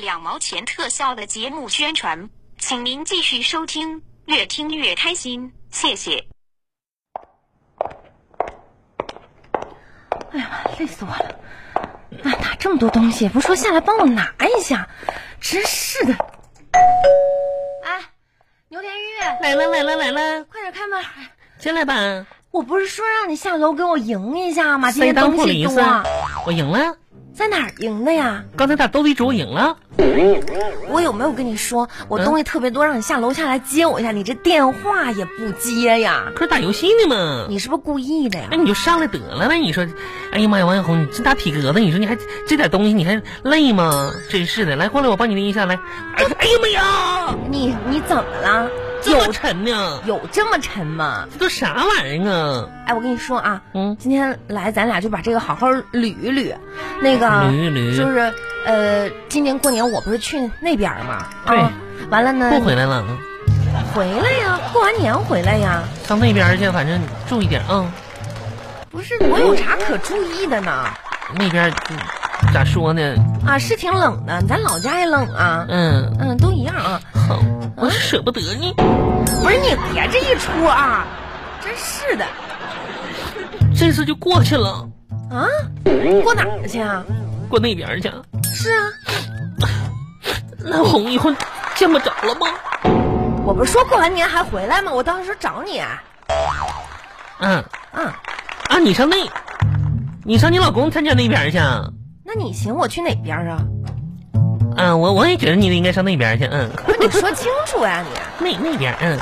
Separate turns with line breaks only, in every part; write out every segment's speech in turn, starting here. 两毛钱特效的节目宣传，请您继续收听，越听越开心，谢谢。
哎呀妈，累死我了！哪哪这么多东西，不说下来帮我拿一下，真是的。哎，牛田玉，
来了来了来了，
快点开门！
进来吧。
我不是说让你下楼给我赢一下啊吗？今天
当
东
不
西
理
多，啊
噻，我赢了。
在哪儿赢的呀？
刚才打斗地主我赢了，
我有没有跟你说，我东西特别多，让你下楼下来接我一下，你这电话也不接呀？
可是打游戏呢嘛。
你是不是故意的呀
那？你就上来得了呗！你说，哎呀妈呀，王小红，你这大体格子，你说你还这点东西，你还累吗？真是的，来过来，我帮你拎一下来。哎哎呀妈呀，
你你怎么了？
这么
有
沉呢？
有这么沉吗？
这都啥玩意儿啊？
哎，我跟你说啊，
嗯
今天来咱俩就把这个好好捋一捋，那个
捋一捋
就是呃，今年过年我不是去那边儿嘛，
对
啊，完了呢，
不回来了，
回来呀，过完年回来呀，
上那边去，反正注意点啊、
不是我有啥可注意的呢？
那边嗯咋说呢？
啊，是挺冷的，咱老家也冷啊，
嗯，
嗯，都一样啊。
好，我是舍不得你。
不是你别这一出啊，真是的
这次就过去了，
啊！过哪儿去啊？
过那边去。
是啊，
那红以后见不着了吗？
我不是说过完年还回来吗？我当时找你啊，
嗯
嗯，
啊，你上那，你上你老公参加那边去啊。
那你行，我去哪边儿啊？
嗯，我我也觉得你应该上那边去，嗯，
不是你说清楚呀、你。
那那边，嗯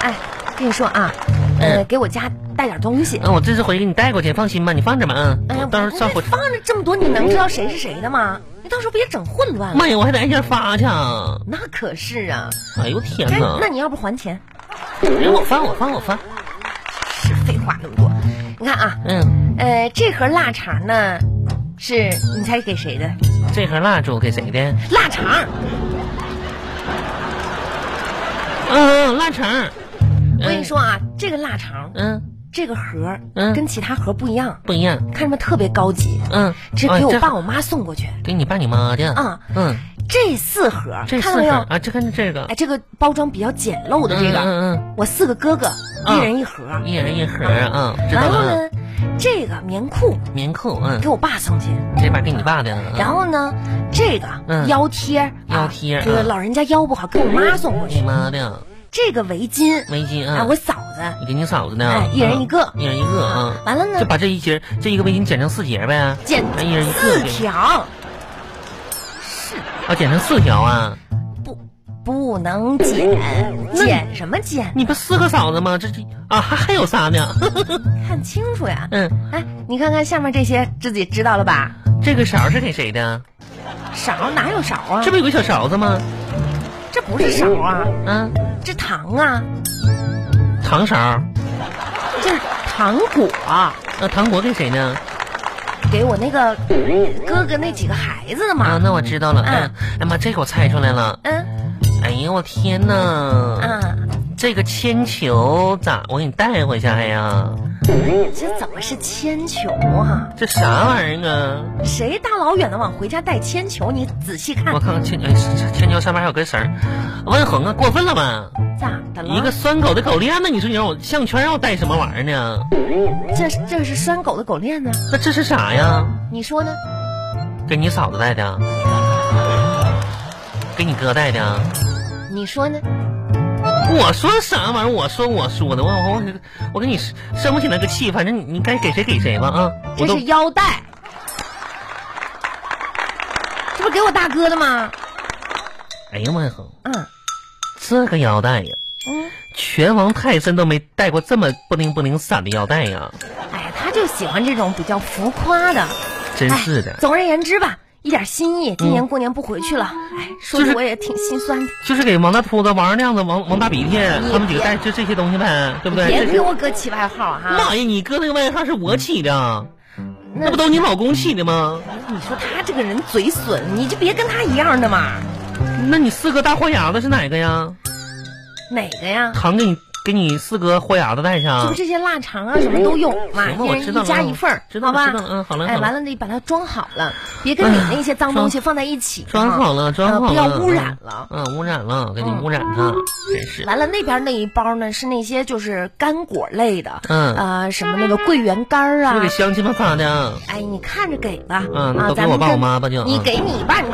哎，跟你说啊，呃，给我家带点东西。
哎嗯，我这次回去给你带过去，放心吧，你放着吧，嗯，
哎呀
我，到时候上火
我这
车。
放着这么多，你能知道谁是谁的吗？你到时候别整混乱了。
妈呀，我还得挨家发去啊！
那可是啊，
哎呦天
哎
哪，！
那你要不还钱？
哎我发我发我发，
是废话那么多。你看啊，
嗯，
呃，这盒腊肠呢，是你猜给谁的？
这盒蜡烛给谁的？
腊肠。
嗯，腊肠。
我跟你说啊，这个腊肠，
嗯，
这个盒儿
嗯
跟其他盒不一样，
不一样，
看着它特别高级，
嗯，
只
哦
给我
这
爸我妈送过去。
给你爸你妈的，
啊
嗯，
这四盒儿，
这
看
四
到没
盒
有？
啊，这看这个
哎，，这个包装比较简陋的这
嗯
个，
嗯
我四个哥哥
嗯
一人一盒儿，
嗯，一人一盒啊，知道
然后
了，
呢，这个棉裤
嗯棉扣，嗯
给，我爸送去，
这把给你爸的，嗯
然后呢，这个
嗯
腰贴儿，
腰贴
啊
儿
这个
嗯
老人家腰不好给我妈送过
给你
去，
妈的
这个围巾，
围巾
啊，
啊，
我嫂子，
你给你嫂子呢，
哎，一人一
个。
个，
一人一个啊，
完了呢
就把这一节这一个围巾剪成四节呗，
剪
哎一人一
四
个给你，
条，
啊，剪成四条啊，
不不能
嗯
剪，剪什么剪？
你不四个嫂子吗？这这啊还还有仨呢，
看清楚呀！
嗯，
哎，你看看下面这些，自己知道了吧？
这个勺是给谁的？
勺哪有勺啊？
这不有个小勺子吗？
这不是勺啊，
啊，
这糖啊，
糖勺，啊，
这是糖果，啊
糖果给谁呢？
给我那个哥哥那几个孩子的
啊，
嘛。
那我知道了，
嗯
嗯，哎妈，这个我猜出来了，
嗯
哎呦我天呐，
啊，
这个铅球咋我给你带回去？哎呀，
这怎么是铅球啊？
这啥玩意儿啊？
谁大老远的往回家带铅球？你仔细看
我，看看铅哎铅球上面还有根绳儿，万红啊，过分了吧？
咋的了？
一个拴狗的狗链呢？你说你让我项圈让我戴什么玩意儿呢？
这这是拴狗的狗链呢？
那这是啥呀？
你说呢？
给你嫂子戴的，给你哥戴的。
你说呢？
我说啥玩意儿？我说我说的，我我我跟你生不起那个气，反正你你该给谁给谁吧啊！我
这
都
是腰带，这不给我大哥的吗？
哎呀妈呀，哼
嗯
这个腰带呀，
嗯，
拳王泰森都没戴过这么不灵不灵散的腰带呀，
哎，他就喜欢这种比较浮夸的。
真
哎
是的，
总而言之吧，一点心意。今年过年不回去了，哎，说
嗯就
的
是
我也挺心酸的。
就是给王大秃子、王二亮子、王王大鼻涕他们几个戴就这些东西呗，对不对？
哎别
这
给
是
我哥起外号哈、
妈呀，你哥那个外号是我起的，
那
那不都你老公起的吗？
你说他这个人嘴损，你就别跟他一样的嘛。
那你四个大豁牙子是哪个呀？
哪个呀？
糖给你给你四个豁牙子带
就
上。
这些腊肠啊什么都有嘛，
行吧
一
我
人
知道
一家
了
一份儿，
知道
好吧？
了知道了嗯好了
哎，
好了
完了得把它装好了，别跟你那些脏东西放在一起，
装好了，装
呃
好了，
不要污染了。
嗯。嗯，污染了，给你污染它，真是。
完了，那边那一包呢是那些就是干果类的，
嗯
呃，什么那个桂圆干儿
就
啊
给，香气巴巴的，
哎，你看着给吧，
嗯那
啊，
都给
咱们
我爸
跟
我妈吧就
你
嗯
给你爸，你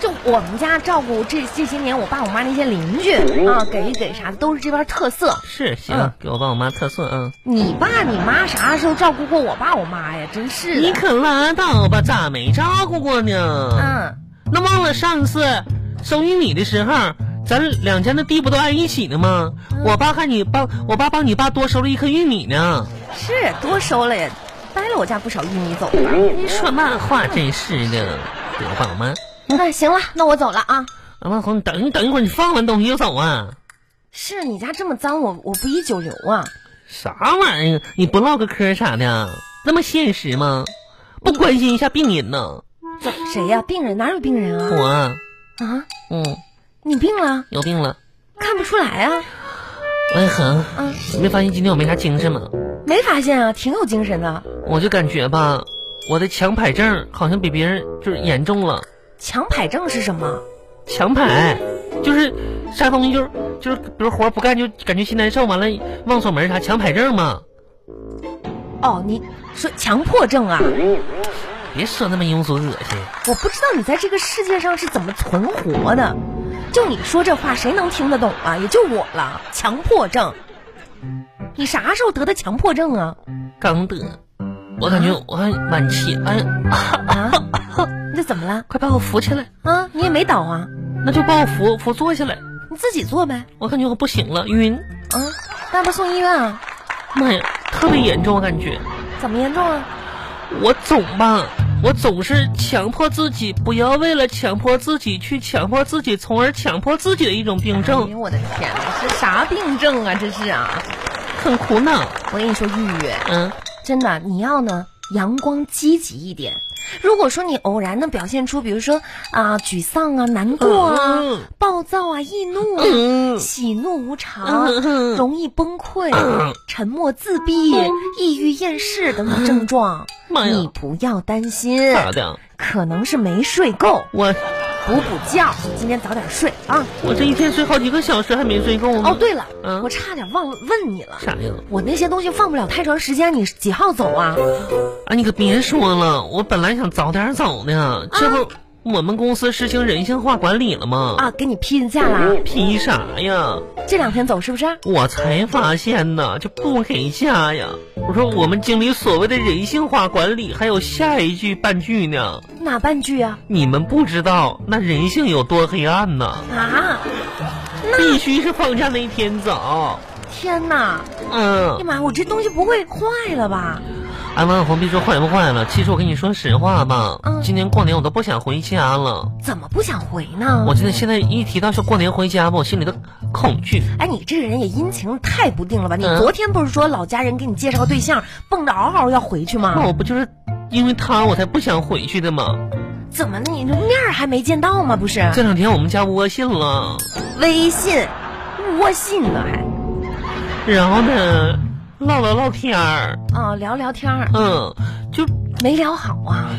就我们家照顾这这些年我爸我妈那些邻居啊，给一给啥的都是这边特色。
是行
嗯，
给我爸我妈特色嗯。
你爸你妈啥时候照顾过我爸我妈呀？真是
你
的，
可拉倒吧，咋没照顾过呢？
嗯。
那忘了上次收你你的时候，咱两家那地不都挨一起呢吗？我爸看你帮我爸帮你爸多收了一颗玉米呢。
是多收了呀，掰了我家不少玉米走。
你说嘛话真是的，给我爸我妈。
那哎行了，那我走了啊。
王万红，你等你等一会儿，你放完东西就走啊？
是你家这么脏，我我不宜久留啊。
啥玩意儿？你不唠个嗑啥的，那么现实吗？不关心一下病人呢？
怎谁呀、病人哪有病人啊？
我，
啊，
嗯，
你病了？
有病了。
看不出来啊？
万恒，
啊，
你没发现今天我没啥精神吗？
没发现啊，挺有精神的。
我就感觉吧，我的强迫症好像比别人就是严重了。
强迫症是什么？
强迫就是啥东西就是就是，比如活不干就感觉心难受，完了忘锁门啥强迫症嘛。
哦，你说强迫症啊？
别说那么庸俗恶心，
我不知道你在这个世界上是怎么存活的。就你说这话，谁能听得懂啊？也就我了。强迫症，你啥时候得的强迫症啊？
刚得，我感觉我还晚期，哎呀，
啊， 你这怎么了？
快把我扶起来，
啊，你也没倒啊，
那就把我扶扶坐下来。
你自己做呗。
我感觉我不行了，晕，
啊，那不送医院啊？
妈呀，特别严重，我感觉
怎么严重啊？
我总吧，我总是强迫自己，不要为了强迫自己去强迫自己，从而强迫自己的一种病
哎
症，
呦我的天哪，这啥病症啊？这是啊！
很苦恼。
我跟你说，玉玉，
嗯，
真的，你要呢阳光积极一点。如果说你偶然的表现出，比如说啊、沮丧啊、难过啊、
嗯
暴躁啊、易怒啊、
嗯
喜怒无常、
嗯
容易崩溃、沉默、自闭、抑郁、厌世等等症状，
妈哎呀啊
你不要担心，
咋的？
可能是没睡够，
我
补补觉，今天早点睡啊。
我这一天睡好几个小时还没睡够呢。
哦，对了，
嗯
我差点忘了问你了，
啥呀？
我那些东西放不了太长时间，你几号走啊？
啊，你可别说了，我本来想早点走
啊
呢，这不、我们公司实行人性化管理了吗？
啊，给你批假了，
批啥呀？
这两天走是不是？
我才发现呐，就不给下呀！我说我们经理所谓的人性化管理，还有下一句半句呢。
哪半句啊？
你们不知道那人性有多黑暗呐！
啊，
必须是放假那一天早。
天哪！哎呀
嗯，
妈呀，我这东西不会坏了吧？
哎，万红，别说坏不坏了，其实我跟你说实话吧，
嗯
今年过年我都不想回家了。
怎么不想回呢
我？真的现在一提到说过年回家吧，我心里都恐惧。
哎，你这个人也阴晴太不定了吧？你
嗯
昨天不是说老家人给你介绍个对象，蹦着嗷嗷要回去
那
吗？
我不就是因为他我才不想回去的吗？
怎么你这面儿还没见到吗？不是
这两天我们家窝信了。
微信，窝信呢还？
然后呢，唠了唠天儿，
啊，聊聊天儿
嗯，就
没聊好啊。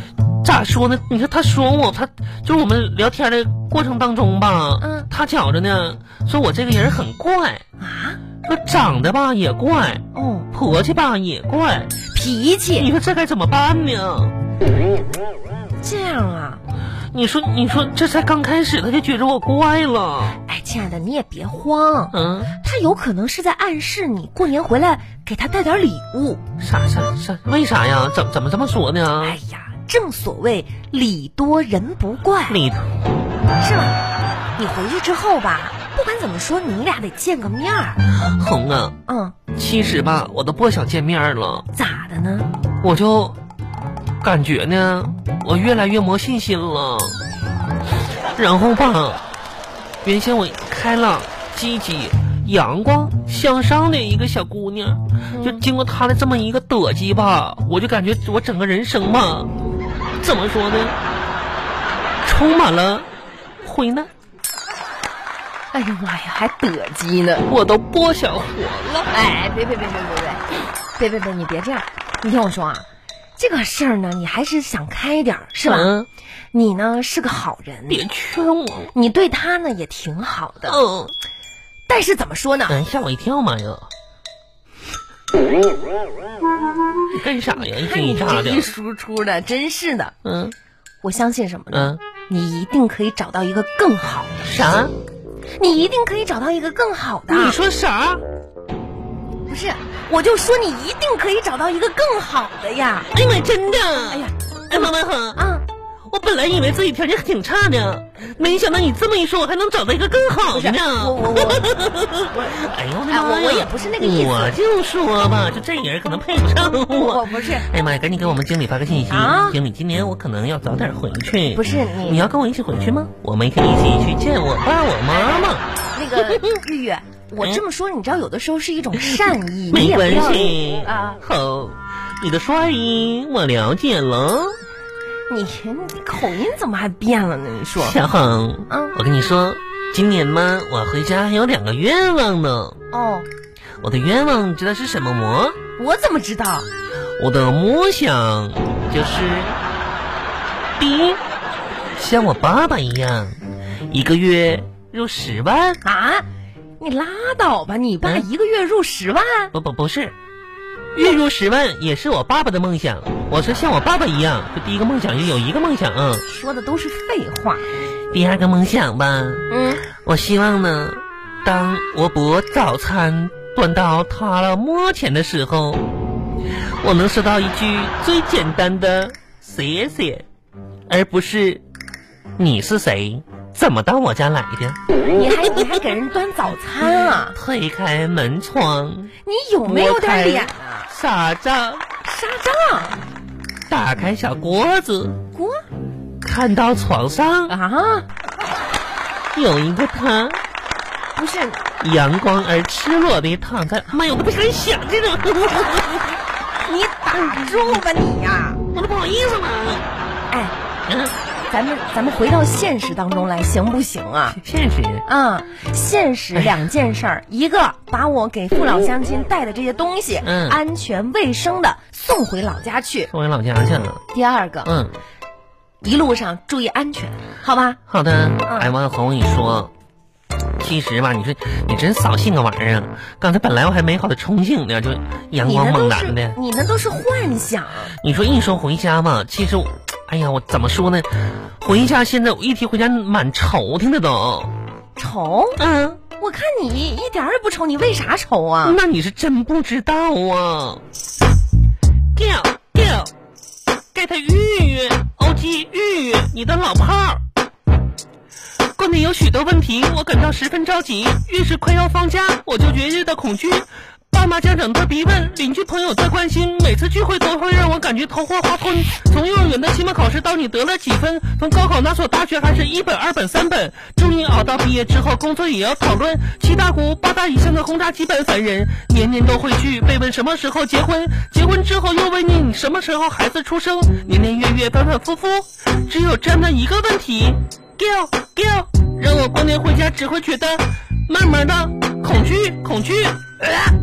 咋说呢？你看他说我，他就是我们聊天的过程当中吧，
嗯
他觉着呢，说我这个人很怪，
啊，
说长得吧也怪，
哦，
婆家吧也怪，
脾气
哎你说这该怎么办呢？
这样啊？
你说，你说这才刚开始，他就觉着我怪了，
哎，亲爱的，你也别慌，
嗯，
他有可能是在暗示你过年回来给他带点礼物。
啥啥啥？为啥呀？怎怎么这么说呢？
哎呀，正所谓礼多人不怪，
你
是吧？你回去之后吧，不管怎么说，你俩得见个面儿。
红啊，
嗯，
其实吧，我都不想见面儿了。
咋的呢？
我就感觉呢，我越来越没信心了。然后吧，原先我开朗、积极、阳光、向上的一个小姑娘，
嗯
就经过她的这么一个躲击吧，我就感觉我整个人生嘛，怎么说呢，充满了灰呢。
哎呀妈呀，还得鸡呢！
我都不想活了。
哎，别别别别别别，别别别，你别这样，你听我说啊，这个事儿呢，你还是想开点儿，是吧？
嗯
你呢是个好人，
别劝我了。
你对他呢也挺好的，
嗯，
但是怎么说呢？
哎，吓我一跳，妈呀！你干啥呀？一惊
看你
一
这
乍
一
的。
输出的，真是的。
嗯
我相信什么呢？
嗯，
你一定可以找到一个更好的，
啥？
你一定可以找到一个更好的。
你说啥？
不是？我就说你一定可以找到一个更好的呀！
哎呀妈，真的！
哎
哎
呀，，
哎妈妈好，
啊，
我本来以为自己条件挺差的，没想到你这么一说，我还能找到一个更好
不是
的
我
呢。
我我，
哎呦我的
哎
妈
我
呀
我也不是那个意思
我就说吧，就这人可能配不上
我
我。
不是
哎呀妈呀，赶紧给我们经理发个信息。
啊
经理，今年我可能要早点回去。
不是
你
你
要跟我一起回去吗？我们可以一起去见我爸我妈妈，
那个玉玉，我这么说，你知道有的时候是一种善意，你
哎没
也不
关
要
系
啊，
好，你的帅意我了解了。
你你口音怎么还变了呢？你说
小红，
嗯
我跟你说，今年嘛，我回家还有两个愿望呢。
哦，
我的愿望你知道是什么吗？
我怎么知道？
我的梦想就是，第一，像我爸爸一样，一个月入十万。
啊，你拉倒吧！你爸
嗯
一个月入十万，
不不不是，月入十万也是我爸爸的梦想。我说像我爸爸一样，就第一个梦想就有一个梦想啊。
说的都是废话。
第二个梦想吧，
嗯，
我希望呢，当我把早餐端到他的面前的时候，我能收到一句最简单的“谢谢”，而不是“你是谁，怎么到我家来的
你还你还给人端早餐啊？”？
推开门窗，
你有没有点脸啊？
傻子，
杀账
打开小锅子，
锅
看到床上
啊？
有一个他，
不是，
阳光而赤裸的躺在，妈呀，我都不敢想这种，
你打住吧你呀、
我都不好意思了。
哎，
嗯，
咱们咱们回到现实当中来，行不行啊？
现实。
啊，现实两件事儿，一个把我给父老乡亲带的这些东西，
嗯
安全卫生的送回老家去；
送回老家去了。
第二个，
嗯，
一路上注意安全，好吧？
好的。哎，王小红，我跟你说，其实吧，你说你真扫兴个玩意儿。啊刚才本来我还美好的憧憬呢，就阳
你
光
那
猛
都是
男的。
你那都是幻想，
你说一说回家嘛，其实我，哎呀，我怎么说呢？回家现在我一提回家蛮愁挺的都。
丑？
嗯，
我看你一点儿也不丑，你为啥丑啊？
那你是真不知道啊。掉掉，get 玉玉，OG 玉玉，你的老炮儿。国内有许多问题，我感到十分着急。越是快要放假，我就越觉得恐惧。爸妈、家长的逼问，邻居朋友的关心，每次聚会都会让我感觉头昏花昏。从幼儿园的期末考试到你得了几分，从高考那所大学还是一本、二本、三本，终于熬到毕业之后，工作也要讨论。七大姑八大姨向的轰炸基本烦人，年年都会去被问什么时候结婚，结婚之后又问你你什么时候孩子出生，年年月月反反复复，只有这么一个问题。Go go，让我过年回家只会觉得慢慢的恐惧恐惧。呃